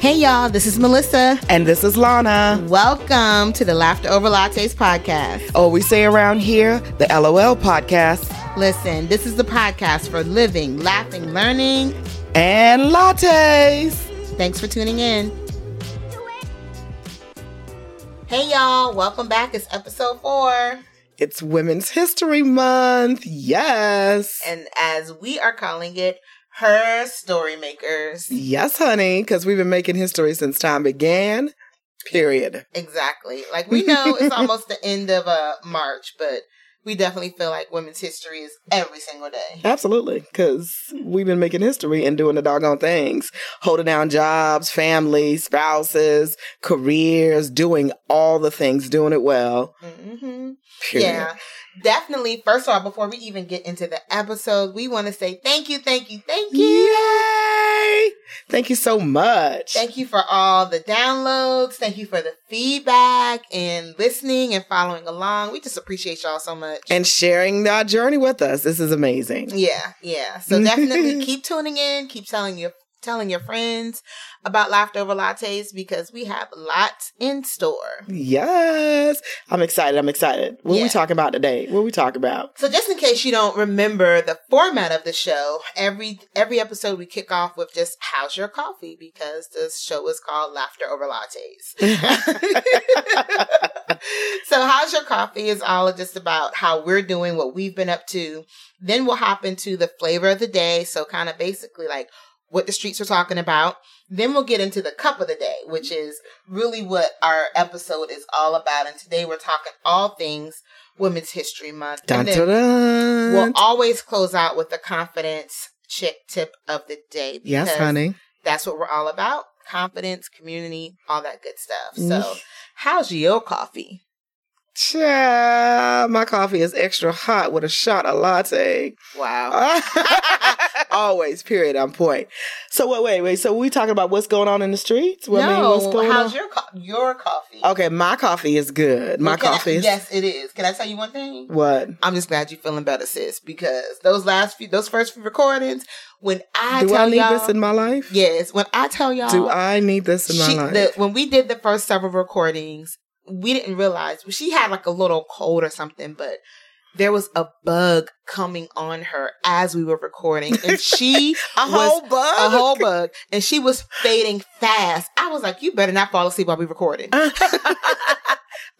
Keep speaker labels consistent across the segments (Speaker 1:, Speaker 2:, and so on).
Speaker 1: Hey, y'all, this is Melissa.
Speaker 2: And this is Lana.
Speaker 1: Welcome to the Laughter Over Lattes podcast.
Speaker 2: Or we say around here, the LOL podcast
Speaker 1: Listen, this is the podcast for living, laughing, learning.
Speaker 2: and lattes.
Speaker 1: Thanks for tuning in. Hey, y'all, welcome back. It's episode four.
Speaker 2: It's Women's History Month. Yes.
Speaker 1: And as we are calling it, Her Story Makers.
Speaker 2: yes, honey, because we've been making history since time began. Period.
Speaker 1: Exactly. Like we know it's almost the end of uh, March, but we definitely feel like women's history is every single day.
Speaker 2: Absolutely, because we've been making history and doing the doggone things, holding down jobs, families, spouses, careers, doing all the things, doing it well.
Speaker 1: hmm
Speaker 2: Period.
Speaker 1: Yeah, definitely. First of all, before we even get into the episode, we want to say thank you, thank you, thank you.
Speaker 2: Yay! Thank you so much.
Speaker 1: Thank you for all the downloads. Thank you for the feedback and listening and following along. We just appreciate y'all so much.
Speaker 2: and sharing our journey with us. This is amazing.
Speaker 1: yeah, yeah. So definitely keep tuning in. Keep telling your telling your friends about Laughter Over Lattes because we have lots in store.
Speaker 2: Yes. I'm excited. I'm excited. What are
Speaker 1: Yeah.
Speaker 2: we talking about today? What we talk about?
Speaker 1: So just in case you don't remember the format of the show, every every episode we kick off with just how's your coffee because this show is called Laughter Over Lattes. so how's your coffee is all just about how we're doing, what we've been up to. Then we'll hop into the flavor of the day, so kind of basically like what the streets are talking about. Then we'll get into the cup of the day, which is really what our episode is all about. And today we're talking all things Women's History Month.
Speaker 2: Dun,
Speaker 1: And then-
Speaker 2: dun, dun.
Speaker 1: We'll always close out with the confidence chick tip of the day.
Speaker 2: yes,
Speaker 1: because
Speaker 2: honey.
Speaker 1: That's what we're all about. Confidence, community, all that good stuff. So,
Speaker 2: Mm.
Speaker 1: how's your coffee?
Speaker 2: Child, my coffee is extra hot with a shot of latte.
Speaker 1: Wow.
Speaker 2: Always, period, on point. So wait, wait, wait. So we talking about what's going on in the streets? What, I mean, what's going
Speaker 1: how's
Speaker 2: on?
Speaker 1: your co- your coffee?
Speaker 2: okay, my coffee is good. My
Speaker 1: Can I-
Speaker 2: coffee is
Speaker 1: yes, it is. Can I tell you one thing?
Speaker 2: what?
Speaker 1: I'm just glad you're feeling better, sis. Because those last few, those first few recordings, when I
Speaker 2: Do
Speaker 1: tell
Speaker 2: I need
Speaker 1: y'all,
Speaker 2: this in my life?
Speaker 1: yes, when I tell y'all,
Speaker 2: Do I need this in my
Speaker 1: she,
Speaker 2: life?
Speaker 1: the, when we did the first several recordings, we didn't realize she had like a little cold or something, but there was a bug coming on her as we were recording, and she
Speaker 2: a
Speaker 1: was
Speaker 2: whole bug.
Speaker 1: a whole bug, and she was fading fast. I was like, "You better not fall asleep while we recording."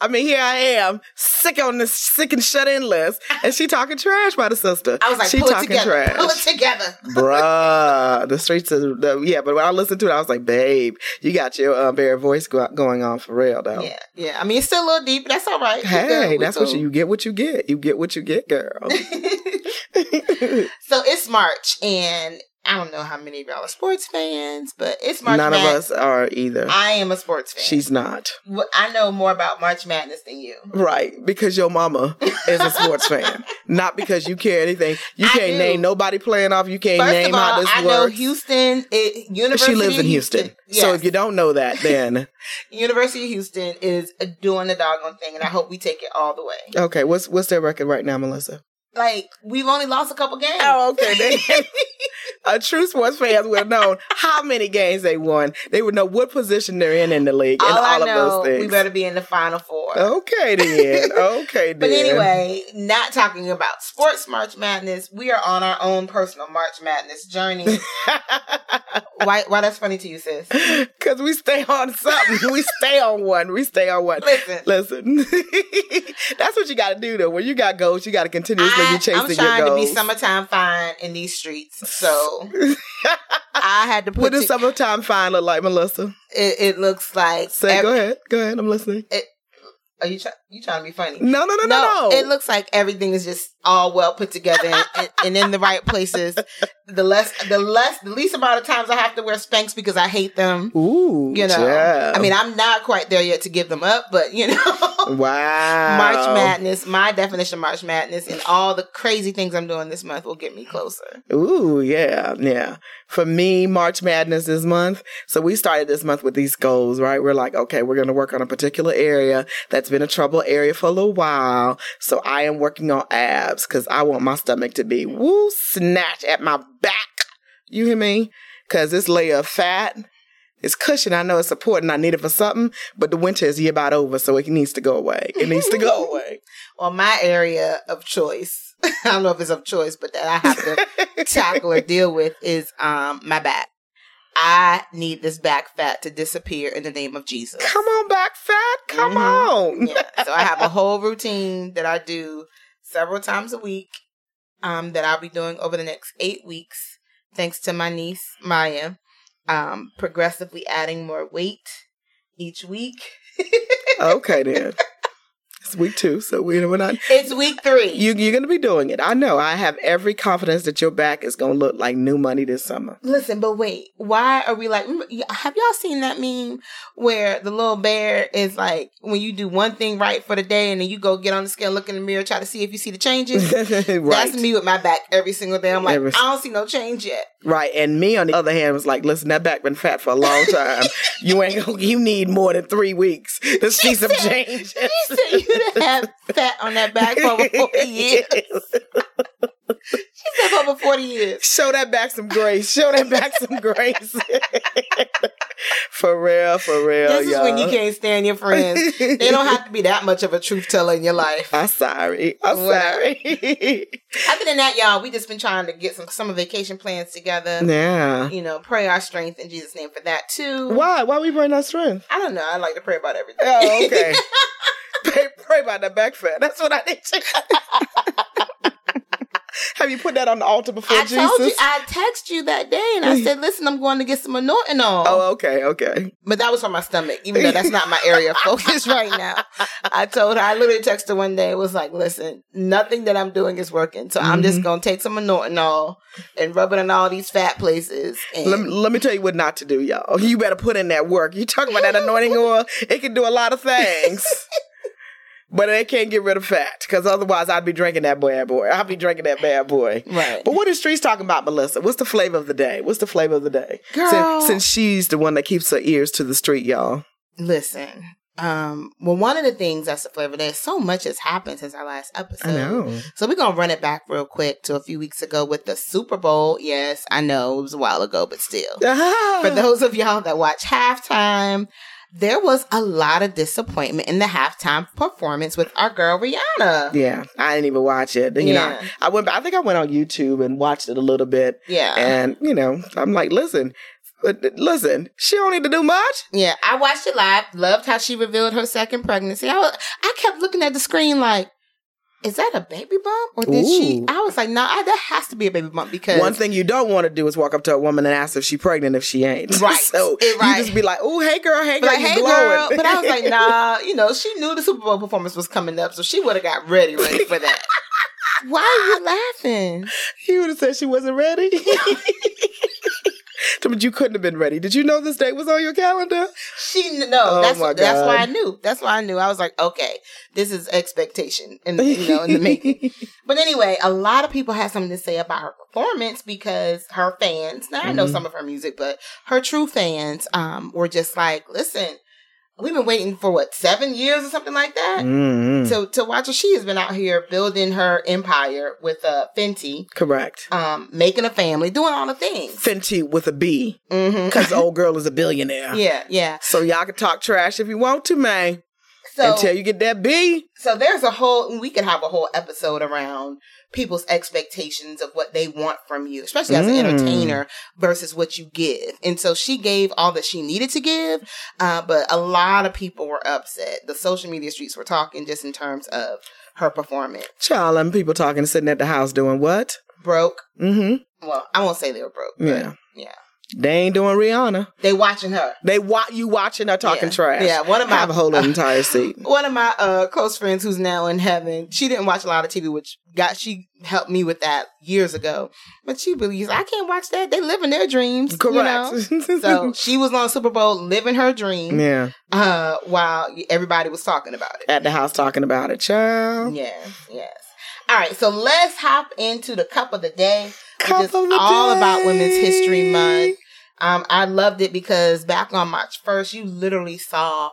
Speaker 2: I mean, here I am, sick on this sick and shut in list, and she talking trash about the sister.
Speaker 1: I was like,
Speaker 2: she
Speaker 1: "Pull it together, pull it together."
Speaker 2: Bruh, the streets is the, yeah. But when I listened to it, I was like, "Babe, you got your uh, bare voice go- going on for real, though."
Speaker 1: Yeah, yeah. I mean, it's still a little deep. but That's all right. We good,
Speaker 2: Oh. Hey,
Speaker 1: we
Speaker 2: that's what
Speaker 1: cool.
Speaker 2: you, you get. What you get. You get what you get, girl.
Speaker 1: so it's March, and I don't know how many of y'all are sports fans, but it's March.
Speaker 2: None
Speaker 1: Madness.
Speaker 2: of us are either.
Speaker 1: I am a sports fan.
Speaker 2: She's not
Speaker 1: Well, I know more about March Madness than you.
Speaker 2: right because your mama is a sports fan, not because you care anything. You
Speaker 1: I
Speaker 2: can't
Speaker 1: do.
Speaker 2: name nobody playing off. You can't
Speaker 1: First of
Speaker 2: name
Speaker 1: all,
Speaker 2: how this
Speaker 1: I
Speaker 2: works.
Speaker 1: know Houston it, University.
Speaker 2: she lives
Speaker 1: of
Speaker 2: in Houston. So if you don't know that, then
Speaker 1: University of Houston is doing the doggone thing, and I hope we take it all the way.
Speaker 2: okay, what's what's their record right now, Melissa?
Speaker 1: Like we've only lost a couple games.
Speaker 2: Oh, okay. They, a true sports fans would have known how many games they won. They would know what position they're in in the league
Speaker 1: all
Speaker 2: and
Speaker 1: I know,
Speaker 2: all of those things. Oh,
Speaker 1: we better be in the final four.
Speaker 2: okay then. Okay then.
Speaker 1: But anyway, not talking about sports March Madness. We are on our own personal March Madness journey. why? Why that's funny to you, sis?
Speaker 2: Cause we stay on something. we stay on one. We stay on one.
Speaker 1: Listen,
Speaker 2: Listen. That's what you gotta do though. When you got goals, you gotta continuously be chasing
Speaker 1: I'm trying
Speaker 2: your
Speaker 1: to
Speaker 2: goals.
Speaker 1: be summertime fine in these streets, so I had to put.
Speaker 2: what does
Speaker 1: to-
Speaker 2: summertime fine look like, Melissa?
Speaker 1: it, it looks like.
Speaker 2: Say,
Speaker 1: ev-
Speaker 2: go ahead. Go ahead. I'm listening.
Speaker 1: Are you try- you trying to be funny?
Speaker 2: No, no, no, no, no.
Speaker 1: It looks like everything is just all well put together and, and, and in the right places. The less, the less, the least amount of times I have to wear Spanx because I hate them.
Speaker 2: Ooh,
Speaker 1: You know,
Speaker 2: yeah.
Speaker 1: I mean, I'm not quite there yet to give them up, but you know.
Speaker 2: wow.
Speaker 1: March Madness, my definition of March Madness, and all the crazy things I'm doing this month will get me closer.
Speaker 2: Ooh, yeah, yeah. For me, March Madness this month. So we started this month with these goals, right? We're like, okay, we're going to work on a particular area that's been a trouble area for a little while. So I am working on abs because I want my stomach to be woo snatch at my back. You hear me? Because this layer of fat It's cushion. I know it's support and I need it for something, but the winter is year about over, so it needs to go away. It needs to go away.
Speaker 1: Well, my area of choice, I don't know if it's of choice, but that I have to tackle or deal with is um my back. I need this back fat to disappear in the name of Jesus.
Speaker 2: Come on, back fat. Come
Speaker 1: Mhm.
Speaker 2: on.
Speaker 1: Yeah. So I have a whole routine that I do several times a week um, that I'll be doing over the next eight weeks, thanks to my niece, Maya, um, progressively adding more weight each week.
Speaker 2: Okay, then. It's week two, so we- we're not.
Speaker 1: It's week three.
Speaker 2: You, you're going to be doing it. I know. I have every confidence that your back is going to look like new money this summer.
Speaker 1: Listen, but wait, why are we like, have y'all seen that meme where the little bear is like, when you do one thing right for the day and then you go get on the scale, look in the mirror, try to see if you see the changes?
Speaker 2: right.
Speaker 1: That's me with my back every single day. I'm like,
Speaker 2: Every-
Speaker 1: I don't see no change yet.
Speaker 2: Right. And me, on the other hand, was like, listen, that back been fat for a long time. you ain't going to, you need more than three weeks to see some
Speaker 1: said-
Speaker 2: changes.
Speaker 1: You said you done had fat on that back for over 40 years. She said for over 40 years.
Speaker 2: Show that back some grace. Show that back some grace. for real, for real.
Speaker 1: This is
Speaker 2: y'all.
Speaker 1: when you can't stand your friends. They don't have to be that much of a truth teller in your life.
Speaker 2: I'm sorry. I'm
Speaker 1: Whatever.
Speaker 2: sorry.
Speaker 1: Other than that, y'all, we just been trying to get some summer vacation plans together.
Speaker 2: yeah.
Speaker 1: You know, pray our strength in Jesus' name for that too.
Speaker 2: Why? Why we bring our strength?
Speaker 1: I don't know. I like to pray about everything.
Speaker 2: Oh, okay. pray, pray about that back fat. That's what I did. Have you put that on the altar before
Speaker 1: I
Speaker 2: Jesus?
Speaker 1: told you, I texted you that day and I said, listen, I'm going to get some anointing on.
Speaker 2: Oh, okay, okay.
Speaker 1: But that was for my stomach, even though that's not my area of focus right now. I told her, I literally texted her one day, was like, listen, nothing that I'm doing is working. So I'm just
Speaker 2: Mhm.
Speaker 1: going to take some anointing and rub it in all these fat places. And
Speaker 2: Let me, let me tell you what not to do, y'all. You better put in that work. You talking about that anointing oil? It can do a lot of things, but it can't get rid of fat. Because otherwise, I'd be drinking that bad boy. I'd be drinking that bad boy.
Speaker 1: right.
Speaker 2: But what is Streets talking about, Melissa? What's the flavor of the day? What's the flavor of the day? Sin-
Speaker 1: Girl.
Speaker 2: Since, she's the one that keeps her ears to the street, y'all.
Speaker 1: Listen. Um, well, one of the things that's the flavor there, so much has happened since our last episode.
Speaker 2: I know.
Speaker 1: So we're gonna run it back real quick to a few weeks ago with the Super Bowl. Yes, I know it was a while ago, but still. For those of y'all that watch halftime, there was a lot of disappointment in the halftime performance with our girl Rihanna.
Speaker 2: yeah, I didn't even watch it. You know,
Speaker 1: Yeah.
Speaker 2: I, I went. I think I went on YouTube and watched it a little bit.
Speaker 1: Yeah.
Speaker 2: And you know, I'm like, listen, but- listen, she don't need to do much.
Speaker 1: Yeah, I watched it live. Loved how she revealed her second pregnancy. I was, I kept looking at the screen like, is that a baby bump or did she?
Speaker 2: Ooh.
Speaker 1: I was like, no, nah, that has to be a baby bump because
Speaker 2: One thing you don't want to do is walk up to a woman and ask if she's pregnant if she ain't.
Speaker 1: Right.
Speaker 2: So
Speaker 1: It- right.
Speaker 2: you just be like, "Oh, hey girl, hey
Speaker 1: But
Speaker 2: girl,
Speaker 1: like,
Speaker 2: you
Speaker 1: hey
Speaker 2: glowing."
Speaker 1: girl, but I was like, nah, you know, she knew the Super Bowl performance was coming up, so she would have got ready, ready for that. Why are you laughing?
Speaker 2: you would have said she wasn't ready. but you couldn't have been ready. Did you know this date was on your calendar?
Speaker 1: She kn- no,
Speaker 2: Oh
Speaker 1: that's
Speaker 2: my
Speaker 1: that's why I
Speaker 2: God.
Speaker 1: knew. That's why I knew. I was like, okay, this is expectation, and you know, in the making. But anyway, a lot of people had something to say about her performance because her fans, now I know
Speaker 2: Mhm.
Speaker 1: some of her music, but her true fans um, were just like, listen, we've been waiting for what, seven years or something like that?
Speaker 2: Mm,
Speaker 1: So to watch her, she has been out here building her empire with uh, Fenty,
Speaker 2: Correct.
Speaker 1: um, making a family, doing all the things.
Speaker 2: Fenty with a B,
Speaker 1: hmm
Speaker 2: because old girl is a billionaire.
Speaker 1: Yeah, yeah.
Speaker 2: So y'all can talk trash if you want to, man.
Speaker 1: So,
Speaker 2: until you get that B.
Speaker 1: so there's a whole. We could have a whole episode around people's expectations of what they want from you, especially as an
Speaker 2: Mm.
Speaker 1: entertainer, versus what you give. And so she gave all that she needed to give, uh, but a lot of people were upset. The social media streets were talking just in terms of her performance.
Speaker 2: Child, and people talking, sitting at the house doing what?
Speaker 1: Broke.
Speaker 2: Mm-hmm.
Speaker 1: Well, I won't say they were broke. but
Speaker 2: Yeah.
Speaker 1: yeah.
Speaker 2: They ain't doing Rihanna.
Speaker 1: They watching her.
Speaker 2: They wa- you watching her talking
Speaker 1: yeah.
Speaker 2: trash.
Speaker 1: Yeah, one of my
Speaker 2: Have a whole entire seat.
Speaker 1: One of my uh, close friends who's now in heaven, she didn't watch a lot of TV, which got she helped me with that years ago. But she believes I can't watch that. They living their dreams, you know?
Speaker 2: Correct.
Speaker 1: So she was on Super Bowl living her dream,
Speaker 2: yeah.
Speaker 1: uh, while everybody was talking about it.
Speaker 2: At the house talking about it, child.
Speaker 1: Yes, yes. All right, so let's hop into the cup of the day,
Speaker 2: Cup
Speaker 1: which is
Speaker 2: of the
Speaker 1: all about
Speaker 2: day.
Speaker 1: Women's History Month. Um, I loved it because back on March 1st, you literally saw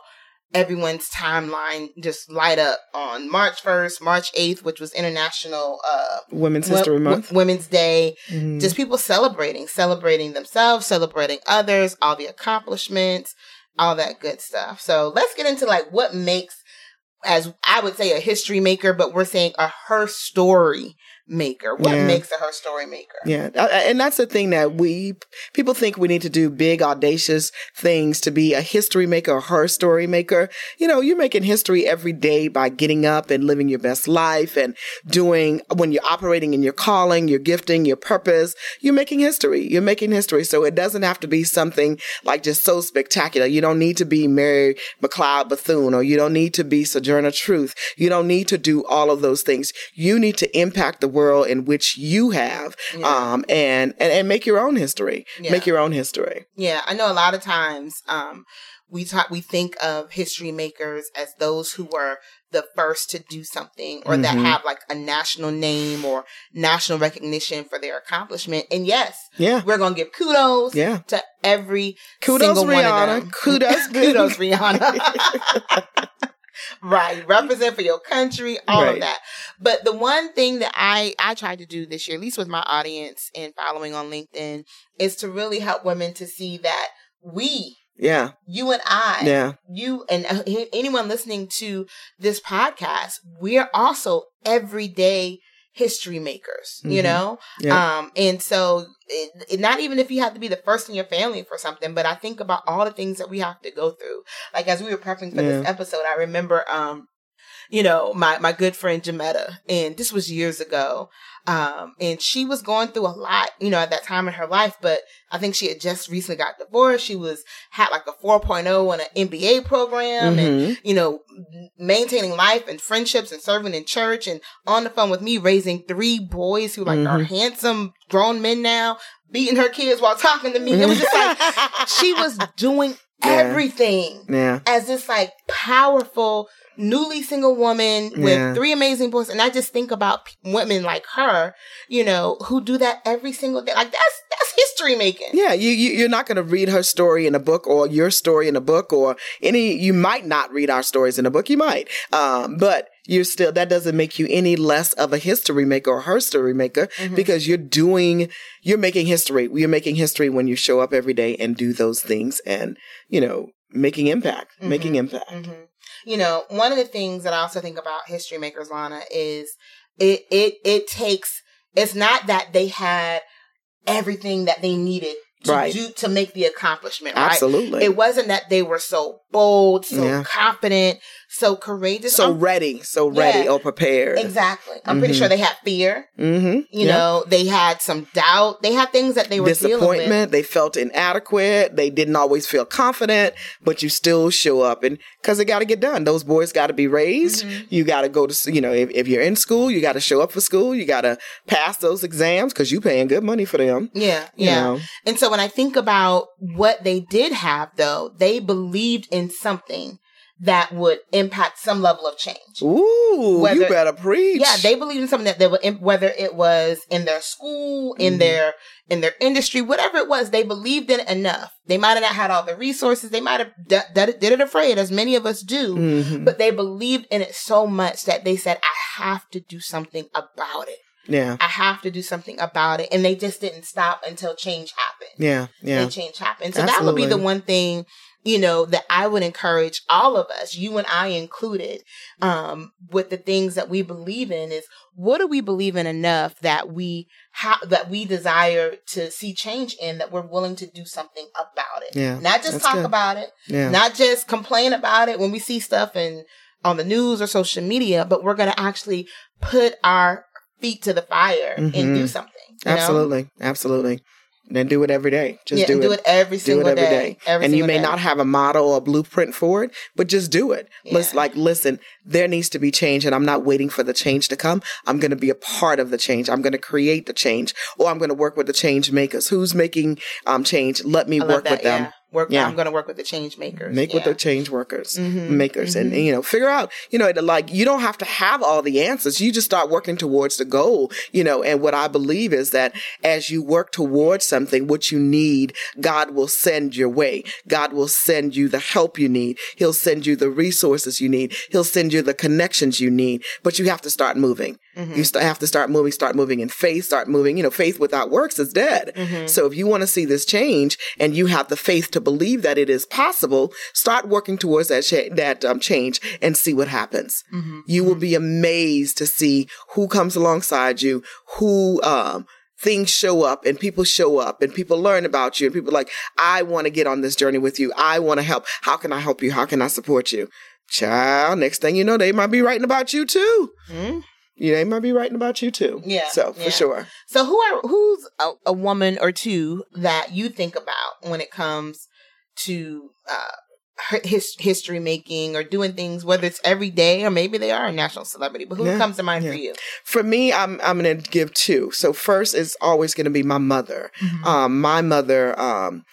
Speaker 1: everyone's timeline just light up on March 1st, March 8th, which was International uh,
Speaker 2: Women's History
Speaker 1: Wo-
Speaker 2: Month.
Speaker 1: Wo- Women's Day.
Speaker 2: Mhm.
Speaker 1: Just people celebrating, celebrating themselves, celebrating others, all the accomplishments, all that good stuff. So let's get into like what makes, as I would say, a history maker, but we're saying a her story maker. What
Speaker 2: Yeah.
Speaker 1: makes a her story maker?
Speaker 2: Mm-hmm. Yeah, I- I- and that's the thing that we people think we need to do big audacious things to be a history maker, a her story maker. You know, you're making history every day by getting up and living your best life and doing when you're operating in your calling, your gifting, your purpose. You're making history. You're making history. So it doesn't have to be something like just so spectacular. You don't need to be Mary McLeod Bethune or you don't need to be Sojourner Truth. You don't need to do all of those things. You need to impact the world in which you have
Speaker 1: Yeah.
Speaker 2: um, and, and and make your own history.
Speaker 1: Yeah.
Speaker 2: Make your own history.
Speaker 1: Yeah, I know a lot of times um, we talk, we think of history makers as those who were the first to do something or that
Speaker 2: Mhm.
Speaker 1: have like a national name or national recognition for their accomplishment. And yes,
Speaker 2: Yeah,
Speaker 1: we're gonna give kudos
Speaker 2: yeah.
Speaker 1: to every
Speaker 2: Kudos,
Speaker 1: single one of
Speaker 2: Rihanna.
Speaker 1: them.
Speaker 2: Kudos,
Speaker 1: kudos, Rihanna. right, represent for your country, all
Speaker 2: Right.
Speaker 1: of that. But the one thing that I I tried to do this year, at least with my audience and following on LinkedIn, is to really help women to see that we,
Speaker 2: Yeah,
Speaker 1: you and I,
Speaker 2: yeah,
Speaker 1: you and uh, a- anyone listening to this podcast, we're also everyday history makers, you
Speaker 2: Mhm.
Speaker 1: know?
Speaker 2: Yeah.
Speaker 1: Um, and so, it, it- not even if you have to be the first in your family for something, but I think about all the things that we have to go through. Like, as we were prepping for this episode, I remember, um, you know, my, my good friend Jametta, and this was years ago. Um, and she was going through a lot, you know, at that time in her life, but I think she had just recently got divorced. She was had like a 4.0 on an MBA program and,
Speaker 2: Mhm.
Speaker 1: you know, m- maintaining life and friendships and serving in church and on the phone with me, raising three boys who like are
Speaker 2: Mhm.
Speaker 1: handsome grown men now, beating her kids while talking to me. It was just like, she was doing
Speaker 2: Yeah.
Speaker 1: everything
Speaker 2: Mm-hmm. yeah,
Speaker 1: as this like powerful, newly single woman
Speaker 2: Yeah.
Speaker 1: with three amazing boys. And I just think about p- women like her, you know, who do that every single day. Like that's, that's history making.
Speaker 2: yeah. You, you you're not going to read her story in a book or your story in a book or any. You might not read our stories in a book. You might, um, but you're still that doesn't make you any less of a history maker or her story maker
Speaker 1: Mhm.
Speaker 2: because you're doing you're making history. You're making history when you show up every day and do those things and you know making impact, making impact.
Speaker 1: hmm You know, one of the things that I also think about history makers, Lana, is it it it takes. It's not that they had everything that they needed to
Speaker 2: Right.
Speaker 1: do to make the accomplishment. Right.
Speaker 2: Absolutely.
Speaker 1: It wasn't that they were so bold, so
Speaker 2: Yeah.
Speaker 1: confident, so courageous.
Speaker 2: so
Speaker 1: I'm-
Speaker 2: ready, so ready
Speaker 1: Yeah.
Speaker 2: or prepared.
Speaker 1: exactly. I'm pretty
Speaker 2: Mhm.
Speaker 1: sure they had fear.
Speaker 2: Mm-hmm.
Speaker 1: You know, they had some doubt. They had things that they were dealing with.
Speaker 2: disappointment. They felt inadequate. They didn't always feel confident, but you still show up, and because it got to get done. Those boys got to be raised.
Speaker 1: Mhm.
Speaker 2: You got to go to, s- you know, if, if you're in school, you got to show up for school. You got to pass those exams because you paying good money for them.
Speaker 1: Yeah,
Speaker 2: You
Speaker 1: yeah.
Speaker 2: know?
Speaker 1: And so when I think about what they did have though, they believed in something that would impact some level of change.
Speaker 2: Ooh,
Speaker 1: Whether-
Speaker 2: you better preach.
Speaker 1: Yeah, they believed in something that they would, im- whether it was in their school, in
Speaker 2: Mhm.
Speaker 1: their in their industry, whatever it was, they believed in it enough. They might have not had all the resources. They might have d- d- did it afraid, as many of us do.
Speaker 2: Mhm.
Speaker 1: But they believed in it so much that they said, "I have to do something about it.
Speaker 2: yeah,
Speaker 1: I have to do something about it." And they just didn't stop until change happened
Speaker 2: yeah, yeah.
Speaker 1: and change happen. So that would be the
Speaker 2: Absolutely.
Speaker 1: one thing, you know, that I would encourage all of us, you and I included, um, with the things that we believe in is what do we believe in enough that we ha- that we desire to see change in that we're willing to do something about it.
Speaker 2: Yeah,
Speaker 1: Not just
Speaker 2: that's
Speaker 1: talk
Speaker 2: good.
Speaker 1: about it,
Speaker 2: Yeah,
Speaker 1: not just complain about it when we see stuff and on the news or social media, but we're going to actually put our feet to the fire and
Speaker 2: Mhm.
Speaker 1: do something. you know?
Speaker 2: absolutely, absolutely. Then do it every day. Just
Speaker 1: yeah,
Speaker 2: do,
Speaker 1: and
Speaker 2: it.
Speaker 1: do it every
Speaker 2: do
Speaker 1: single
Speaker 2: it every day.
Speaker 1: Every
Speaker 2: and you
Speaker 1: single
Speaker 2: may
Speaker 1: day.
Speaker 2: not have a model or a blueprint for it, but just do it. Let's
Speaker 1: Yeah.
Speaker 2: like listen, there needs to be change and I'm not waiting for the change to come. I'm going to be a part of the change. I'm going to create the change or I'm going to work with the change makers. Who's making um change? Let me
Speaker 1: I love
Speaker 2: work with
Speaker 1: that,
Speaker 2: them.
Speaker 1: yeah. Work.
Speaker 2: Yeah.
Speaker 1: I'm going to work with the change makers.
Speaker 2: Make with
Speaker 1: Yeah.
Speaker 2: the change workers,
Speaker 1: Mhm.
Speaker 2: makers, and you know, figure out, you know, like you don't have to have all the answers. You just start working towards the goal, you know. And what I believe is that as you work towards something, what you need, God will send your way. God will send you the help you need. He'll send you the resources you need. He'll send you the connections you need. But you have to start moving. You st- have to start moving. Start moving in faith. Start moving. You know, faith without works is dead. So if you want to see this change and you have the faith to believe that it is possible, start working towards that cha- that um, change and see what happens. You will be amazed to see who comes alongside you, who um, things show up and people show up and people learn about you and people are like, I want to get on this journey with you. I want to help. How can I help you? How can I support you? Child, next thing you know, they might be writing about you too.
Speaker 1: Mhm.
Speaker 2: You know, they might be writing about you too.
Speaker 1: Yeah,
Speaker 2: So for
Speaker 1: yeah.
Speaker 2: sure.
Speaker 1: So who are who's a, a woman or two that you think about when it comes to uh, hi- his, history making or doing things, whether it's every day or maybe they are a national celebrity. But who
Speaker 2: Yeah,
Speaker 1: comes to mind
Speaker 2: yeah.
Speaker 1: for you?
Speaker 2: For me, I'm I'm gonna give two. So first is always gonna be my mother. Um, my mother, um,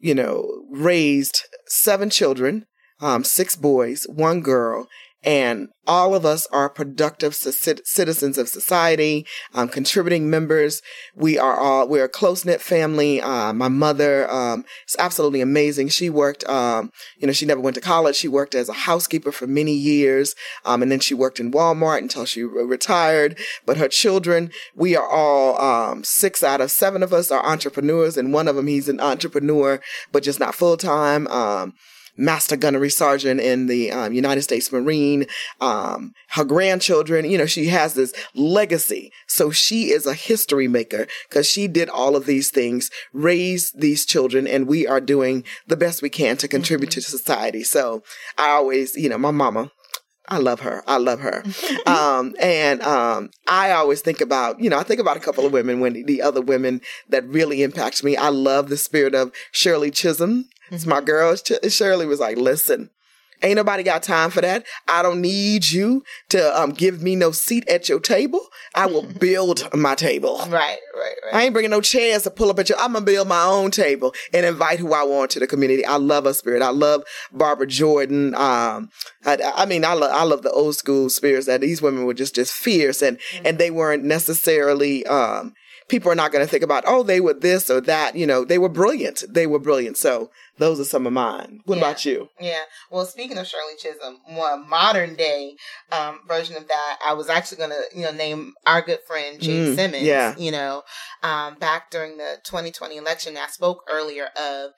Speaker 2: you know, raised seven children, um, six boys, one girl, and all of us are productive ci- citizens of society, um, contributing members. We are all we're a close knit family. Uh, my mother um, is absolutely amazing. She worked, um, you know, she never went to college. She worked as a housekeeper for many years, um, and then she worked in Walmart until she re- retired. But her children, we are all um, six out of seven of us are entrepreneurs, and one of them he's an entrepreneur, but just not full time. Um, master gunnery sergeant in the um, United States Marine. Um, her grandchildren, you know, she has this legacy. So she is a history maker because she did all of these things, raised these children, and we are doing the best we can to contribute to society. So I always, you know, my mama. I love her. I love her. um, and um, I always think about, you know, I think about a couple of women, Wendy, the other women that really impact me. I love the spirit of Shirley Chisholm. It's my girl. Sh- Shirley was like, listen, ain't nobody got time for that. I don't need you to um, give me no seat at your table. I will build my table.
Speaker 1: Right, right, right.
Speaker 2: I ain't bringing no chairs to pull up at you. I'm gonna build my own table and invite who I want to the community. I love her spirit. I love Barbara Jordan. Um, I, I mean, I love I love the old school spirits that these women were just just fierce and
Speaker 1: Mm-hmm.
Speaker 2: and they weren't necessarily. Um, people are not gonna think about oh they were this or that. You know, they were brilliant. They were brilliant. So those are some of mine. What
Speaker 1: Yeah.
Speaker 2: about you?
Speaker 1: yeah. Well, speaking of Shirley Chisholm, more modern day um, version of that, I was actually going to, you know, name our good friend Jane
Speaker 2: Mm,
Speaker 1: Simmons.
Speaker 2: yeah.
Speaker 1: You know, um, back during the 2020 election, I spoke earlier of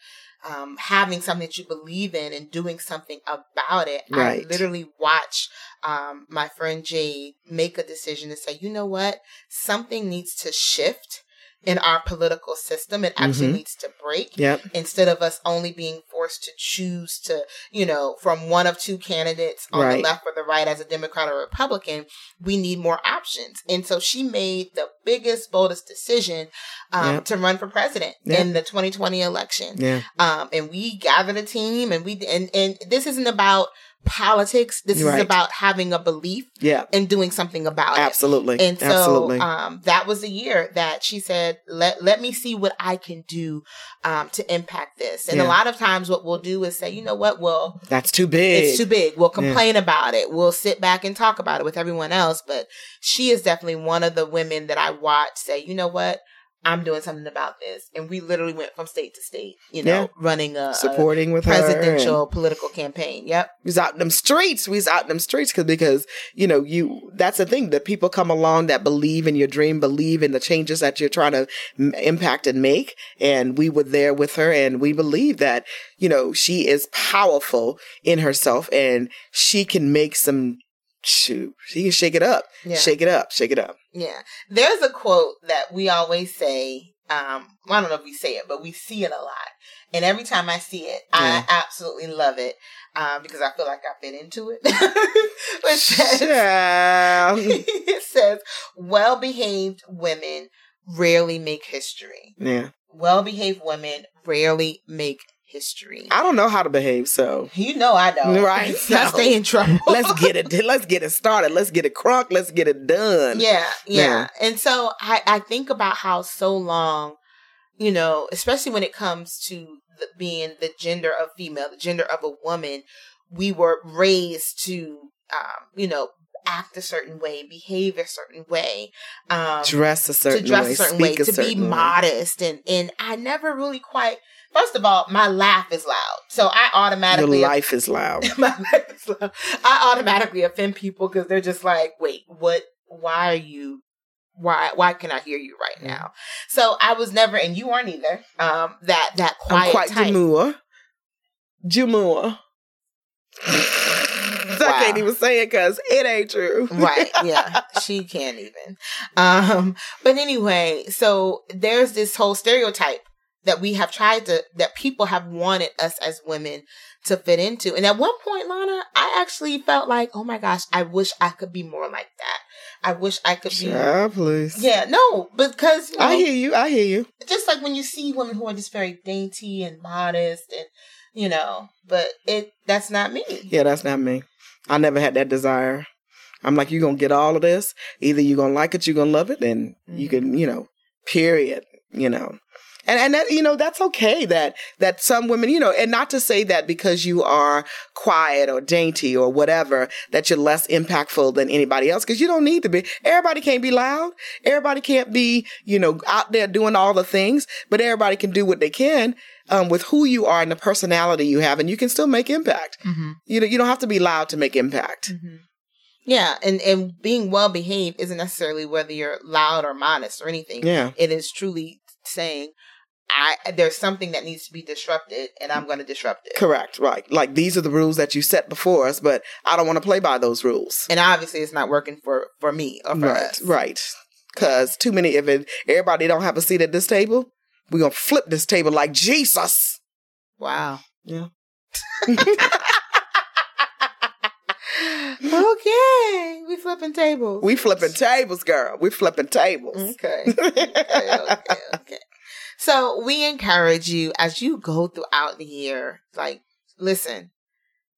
Speaker 1: um, having something that you believe in and doing something about it.
Speaker 2: Right.
Speaker 1: I literally watch um, my friend Jade make a decision to say, you know what, something needs to shift in our political system. It actually
Speaker 2: Mhm.
Speaker 1: needs to break
Speaker 2: Yep.
Speaker 1: instead of us only being forced to choose to, you know, from one of two candidates on
Speaker 2: Right.
Speaker 1: the left or the right as a Democrat or Republican, we need more options. And so she made the biggest, boldest decision um,
Speaker 2: Yep.
Speaker 1: to run for president
Speaker 2: Yep.
Speaker 1: in the 2020 election
Speaker 2: Yeah.
Speaker 1: um, and we gathered a team and we and and this isn't about politics this
Speaker 2: Right.
Speaker 1: is about having a belief
Speaker 2: Yeah.
Speaker 1: and doing something about
Speaker 2: Absolutely.
Speaker 1: it and so
Speaker 2: Absolutely.
Speaker 1: um, that was the year that she said let let me see what i can do um, to impact this and
Speaker 2: Yeah.
Speaker 1: a lot of times what we'll do is say you know what well
Speaker 2: That's too big.
Speaker 1: it's too big. We'll complain about it. We'll sit back and talk about it with everyone else. But she is definitely one of the women that I watch say, you know what? I'm doing something about this. And we literally went from state to state, you know,
Speaker 2: Yeah.
Speaker 1: running a, a
Speaker 2: Supporting with her and-
Speaker 1: uh, presidential political campaign. Yep.
Speaker 2: We was out in them streets. We was out in them streets 'cause- because you know you. That's the thing that people come along that believe in your dream, believe in the changes that you're trying to m- impact and make. And we were there with her, and we believe that you know she is powerful in herself, and she can make some. Shoot, she can shake it up,
Speaker 1: Yeah.
Speaker 2: shake it up, shake it up.
Speaker 1: Yeah. There's a quote that we always say. Um, well, I don't know if we say it, but we see it a lot. And every time I see it,
Speaker 2: Yeah.
Speaker 1: I absolutely love it um, because I feel like I fit into it. But that's-
Speaker 2: Child.
Speaker 1: it says, well behaved women rarely make history.
Speaker 2: yeah,
Speaker 1: Well behaved women rarely make history.
Speaker 2: I don't know how to behave, so
Speaker 1: you know I don't.
Speaker 2: Right,
Speaker 1: I
Speaker 2: so-
Speaker 1: stay in trouble.
Speaker 2: let's get it. Let's get it started. Let's get it crunk. Let's get it done.
Speaker 1: yeah, yeah.
Speaker 2: Yeah.
Speaker 1: And so I, I think about how so long, you know, especially when it comes to the, being the gender of female, the gender of a woman, we were raised to, um, you know, act a certain way, behave a certain way, um,
Speaker 2: dress a certain
Speaker 1: to dress
Speaker 2: way,
Speaker 1: a certain way,
Speaker 2: speak a
Speaker 1: to be
Speaker 2: certain way.
Speaker 1: modest, and and I never really quite. First of all, my laugh is loud, so I automatically
Speaker 2: Your life is loud.
Speaker 1: my life is loud. I automatically offend people because they're just like, wait, what? Why are you? Why? Why can I hear you right
Speaker 2: Mm-hmm.
Speaker 1: now? So I was never, and you aren't either. Um, that that
Speaker 2: I'm
Speaker 1: quiet
Speaker 2: quite
Speaker 1: type.
Speaker 2: demure. Demure. I can't
Speaker 1: Wow.
Speaker 2: even say it because it ain't true.
Speaker 1: right yeah she can't even um but anyway so there's this whole stereotype that we have tried to that people have wanted us as women to fit into and at one point lana i actually felt like oh my gosh i wish i could be more like that i wish i could
Speaker 2: Child,
Speaker 1: be
Speaker 2: please.
Speaker 1: yeah no because you know,
Speaker 2: I hear you. I hear you.
Speaker 1: just like when you see women who are just very dainty and modest and you know but it that's not me
Speaker 2: Yeah, that's not me. I never had that desire. I'm like, you're going to get all of this. Either you're going to like it, you're going to love it, and you
Speaker 1: Mhm.
Speaker 2: can, you know, period, you know. And, and that, you know, that's okay that, that some women, you know, and not to say that because you are quiet or dainty or whatever, that you're less impactful than anybody else, because you don't need to be. Everybody can't be loud. Everybody can't be, you know, out there doing all the things, but everybody can do what they can, um, with who you are and the personality you have, and you can still make impact. You know, you don't have to be loud to make impact.
Speaker 1: Mhm. Yeah, and and being well behaved isn't necessarily whether you're loud or modest or anything.
Speaker 2: Yeah.
Speaker 1: It is truly saying, I there's something that needs to be disrupted, and I'm going to disrupt it.
Speaker 2: Correct. Right. Like these are the rules that you set before us, but I don't want to play by those rules.
Speaker 1: And obviously, it's not working for for me or for
Speaker 2: Right.
Speaker 1: us.
Speaker 2: Right. Cause too many if it, everybody don't have a seat at this table, we're gonna flip this table like Jesus.
Speaker 1: Wow.
Speaker 2: Yeah.
Speaker 1: okay, we flipping tables.
Speaker 2: We flipping tables, girl. We flipping tables.
Speaker 1: okay.
Speaker 2: Mm-hmm.
Speaker 1: okay, okay, okay. So we encourage you as you go throughout the year, like, listen,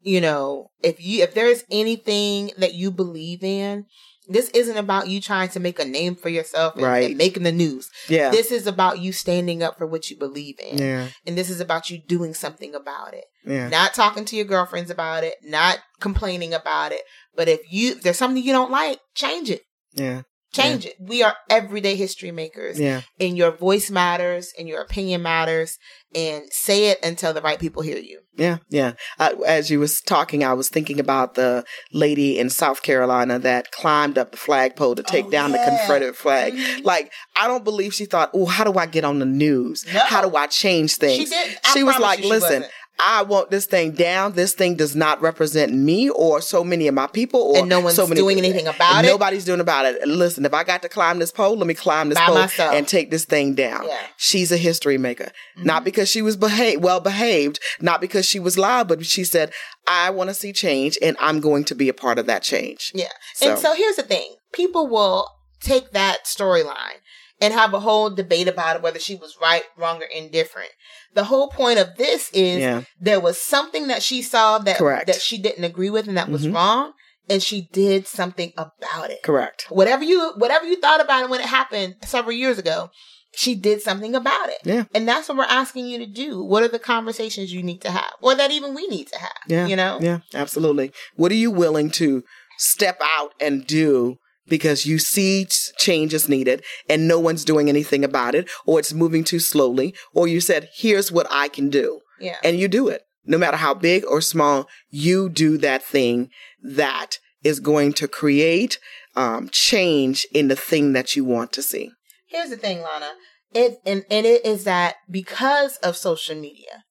Speaker 1: you know, if you if there is anything that you believe in, this isn't about you trying to make a name for yourself and,
Speaker 2: Right.
Speaker 1: and making the news.
Speaker 2: yeah.
Speaker 1: This is about you standing up for what you believe in.
Speaker 2: yeah.
Speaker 1: And this is about you doing something about it.
Speaker 2: Yeah.
Speaker 1: Not talking to your girlfriends about it, not complaining about it. But if you if there's something you don't like, change it.
Speaker 2: Yeah.
Speaker 1: Change it. We are everyday history makers
Speaker 2: Yeah.
Speaker 1: and your voice matters and your opinion matters and say it until the right people hear you
Speaker 2: Yeah, yeah. I, as you was talking, I was thinking about the lady in South Carolina that climbed up the flagpole to take
Speaker 1: Oh,
Speaker 2: down
Speaker 1: yeah.
Speaker 2: the Confederate flag.
Speaker 1: Mhm.
Speaker 2: Like, I don't believe she thought, "Oh, how do I get on the news?
Speaker 1: No.
Speaker 2: How do I change things?"
Speaker 1: she did
Speaker 2: She was
Speaker 1: promise
Speaker 2: like,
Speaker 1: you she
Speaker 2: "Listen,
Speaker 1: wasn't.
Speaker 2: I want this thing down. This thing does not represent me or so many of my people, or
Speaker 1: and no one's
Speaker 2: so many
Speaker 1: doing anything about
Speaker 2: and
Speaker 1: it
Speaker 2: Nobody's doing about it. Listen, if I got to climb this pole, let me climb this
Speaker 1: By
Speaker 2: pole
Speaker 1: myself.
Speaker 2: and take this thing down.
Speaker 1: Yeah. Mm-hmm.
Speaker 2: She's a history maker. Not because she was behave- well behaved, not because she was loud, but she said, I want to see change and I'm going to be a part of that change.
Speaker 1: yeah
Speaker 2: So,
Speaker 1: and so here's the thing people will take that storyline and have a whole debate about it whether she was right wrong or indifferent the whole point of this is
Speaker 2: yeah,
Speaker 1: there was something that she saw that
Speaker 2: Correct.
Speaker 1: that she didn't agree with and that was
Speaker 2: Mhm.
Speaker 1: wrong and she did something about it
Speaker 2: correct.
Speaker 1: whatever you whatever you thought about it when it happened several years ago she did something about it
Speaker 2: Yeah.
Speaker 1: and that's what we're asking you to do what are the conversations you need to have or that even we need to have
Speaker 2: Yeah.
Speaker 1: you know
Speaker 2: Yeah, absolutely. What are you willing to step out and do? Because you see ch- change is needed and no one's doing anything about it, or it's moving too slowly, or you said, here's what I can do.
Speaker 1: yeah
Speaker 2: and you do it. No matter how big or small, you do that thing that is going to create um, change in the thing that you want to see.
Speaker 1: here's the thing lana it and, and it is that because of social media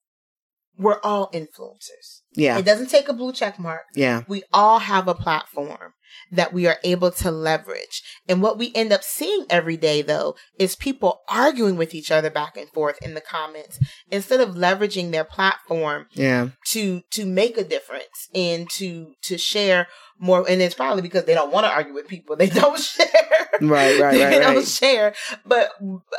Speaker 1: we're all influencers
Speaker 2: Yeah,
Speaker 1: it doesn't take a blue check mark
Speaker 2: yeah,
Speaker 1: we all have a platform that we are able to leverage. And what we end up seeing every day though is people arguing with each other back and forth in the comments instead of leveraging their platform
Speaker 2: yeah,
Speaker 1: to to make a difference and to to share more and it's probably because they don't want to argue with people. They don't share.
Speaker 2: Right, right,
Speaker 1: they
Speaker 2: right,
Speaker 1: don't
Speaker 2: right.
Speaker 1: share. But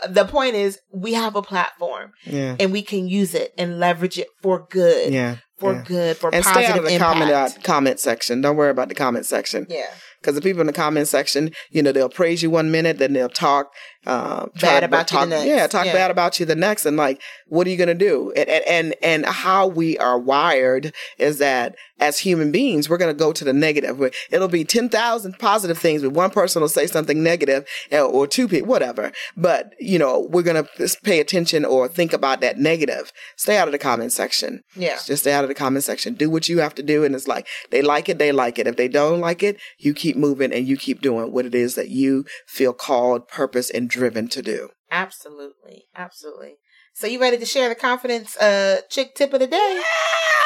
Speaker 1: the point is we have a platform
Speaker 2: yeah,
Speaker 1: and we can use it and leverage it for good.
Speaker 2: yeah.
Speaker 1: For
Speaker 2: yeah.
Speaker 1: good, for
Speaker 2: And stay
Speaker 1: positive
Speaker 2: out of the
Speaker 1: impact.
Speaker 2: comment uh, comment section. Don't worry about the comment section
Speaker 1: yeah.
Speaker 2: because the people in the comment section, you know, they'll praise you one minute, then they'll talk um,
Speaker 1: Bad
Speaker 2: try to
Speaker 1: about you
Speaker 2: talk,
Speaker 1: the next.
Speaker 2: yeah, talk
Speaker 1: Yeah.
Speaker 2: bad about you the next, and like, what are you gonna do? And, and and and how we are wired is that as human beings, we're gonna go to the negative. We- It'll be ten thousand positive things, but one person will say something negative, and- or two people, whatever. But you know, we're gonna just pay attention or think about that negative. Stay out of the comment section.
Speaker 1: Yeah.
Speaker 2: Just stay out of the comment section. Do what you have to do, and it's like they like it, they like it. If they don't like it, you keep moving and you keep doing what it is that you feel called, purpose, and driven to do.
Speaker 1: Absolutely. Absolutely. So you ready to share the confidence uh chick tip of the day?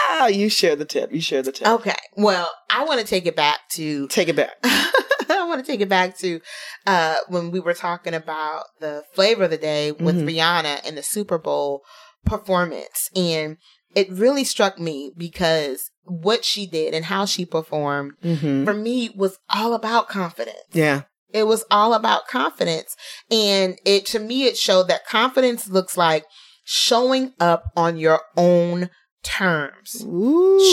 Speaker 2: Ah, you share the tip. You share the tip.
Speaker 1: Okay. Well, I want to take it back to
Speaker 2: Take it back.
Speaker 1: I want to take it back to uh, when we were talking about the flavor of the day with
Speaker 2: Mhm.
Speaker 1: Rihanna and the Super Bowl performance. And it really struck me because what she did and how she performed
Speaker 2: Mm-hmm.
Speaker 1: for me was all about confidence.
Speaker 2: Yeah.
Speaker 1: It was all about confidence. And it to me it showed that confidence looks like showing up on your own terms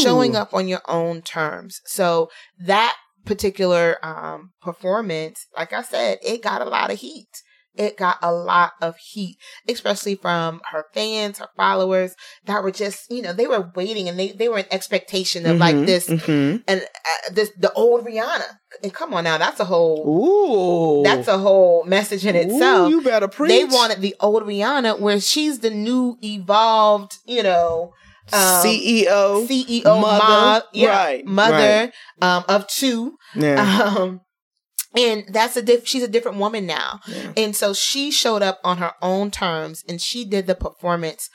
Speaker 1: showing up on your own terms. So that particular um, performance, like I said, it got a lot of heat. It got a lot of heat, especially from her fans, her followers that were just, you know, they were waiting and they, they were in expectation of like
Speaker 2: Mhm,
Speaker 1: this,
Speaker 2: mhm.
Speaker 1: and uh, this, the old Rihanna. And come on now, that's a whole,
Speaker 2: Ooh.
Speaker 1: that's a whole message in itself.
Speaker 2: Ooh, you better preach.
Speaker 1: they wanted the old Rihanna where she's the new evolved, you know, um,
Speaker 2: CEO.
Speaker 1: CEO
Speaker 2: mother,
Speaker 1: mom, E yeah,
Speaker 2: right,
Speaker 1: mother um, of two.
Speaker 2: yeah.
Speaker 1: Um, and that's a diff- she's a different woman now.
Speaker 2: yeah.
Speaker 1: And so she showed up on her own terms and she did the performance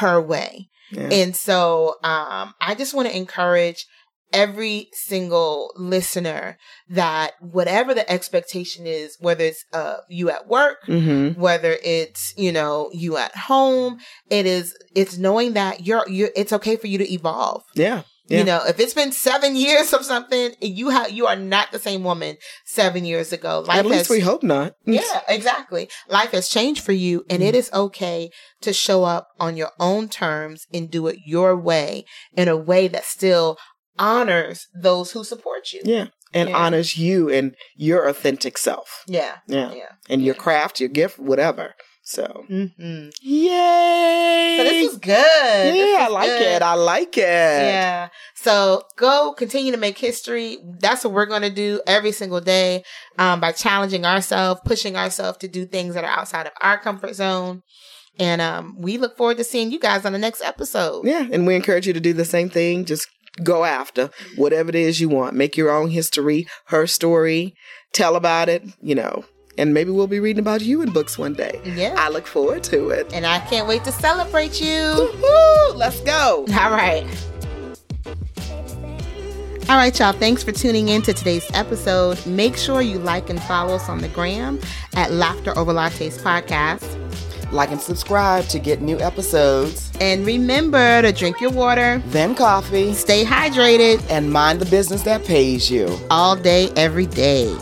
Speaker 1: her way.
Speaker 2: yeah.
Speaker 1: And so um, I just want to encourage every single listener that whatever the expectation is, whether it's uh, you at work,
Speaker 2: mm-hmm.
Speaker 1: whether it's you know you at home it is it's knowing that you're you it's okay for you to evolve
Speaker 2: Yeah. Yeah.
Speaker 1: you know if it's been seven years of something you have you are not the same woman seven years ago life
Speaker 2: At least
Speaker 1: has
Speaker 2: we hope not.
Speaker 1: yeah exactly life has changed for you and
Speaker 2: Mm-hmm.
Speaker 1: it is okay to show up on your own terms and do it your way in a way that still honors those who support you
Speaker 2: Yeah. And
Speaker 1: Yeah.
Speaker 2: honors you and your authentic self.
Speaker 1: yeah
Speaker 2: Yeah.
Speaker 1: yeah
Speaker 2: And your
Speaker 1: Yeah.
Speaker 2: craft, your gift, whatever. So,
Speaker 1: hmm
Speaker 2: yay.
Speaker 1: so this was good This
Speaker 2: yeah, I
Speaker 1: was
Speaker 2: like
Speaker 1: good.
Speaker 2: it. I like it.
Speaker 1: Yeah. So go continue to make history. That's what we're going to do every single day um, by challenging ourselves, pushing ourselves to do things that are outside of our comfort zone. And um, we look forward to seeing you guys on the next episode.
Speaker 2: Yeah, and we encourage you to do the same thing. Just go after whatever it is you want. Make your own history, her story, tell about it, you know. And maybe we'll be reading about you in books one day.
Speaker 1: Yeah.
Speaker 2: I look forward to it.
Speaker 1: And I can't wait to celebrate you.
Speaker 2: Woo-hoo, let's go.
Speaker 1: All right. All right, y'all. Thanks for tuning in to today's episode. Make sure you like and follow us on the gram at Laughter Over Lattes Podcast.
Speaker 3: Like and subscribe to get new episodes,
Speaker 1: And remember to drink your water,
Speaker 3: then coffee,
Speaker 1: stay hydrated
Speaker 3: and mind the business that pays you.
Speaker 1: all day, every day.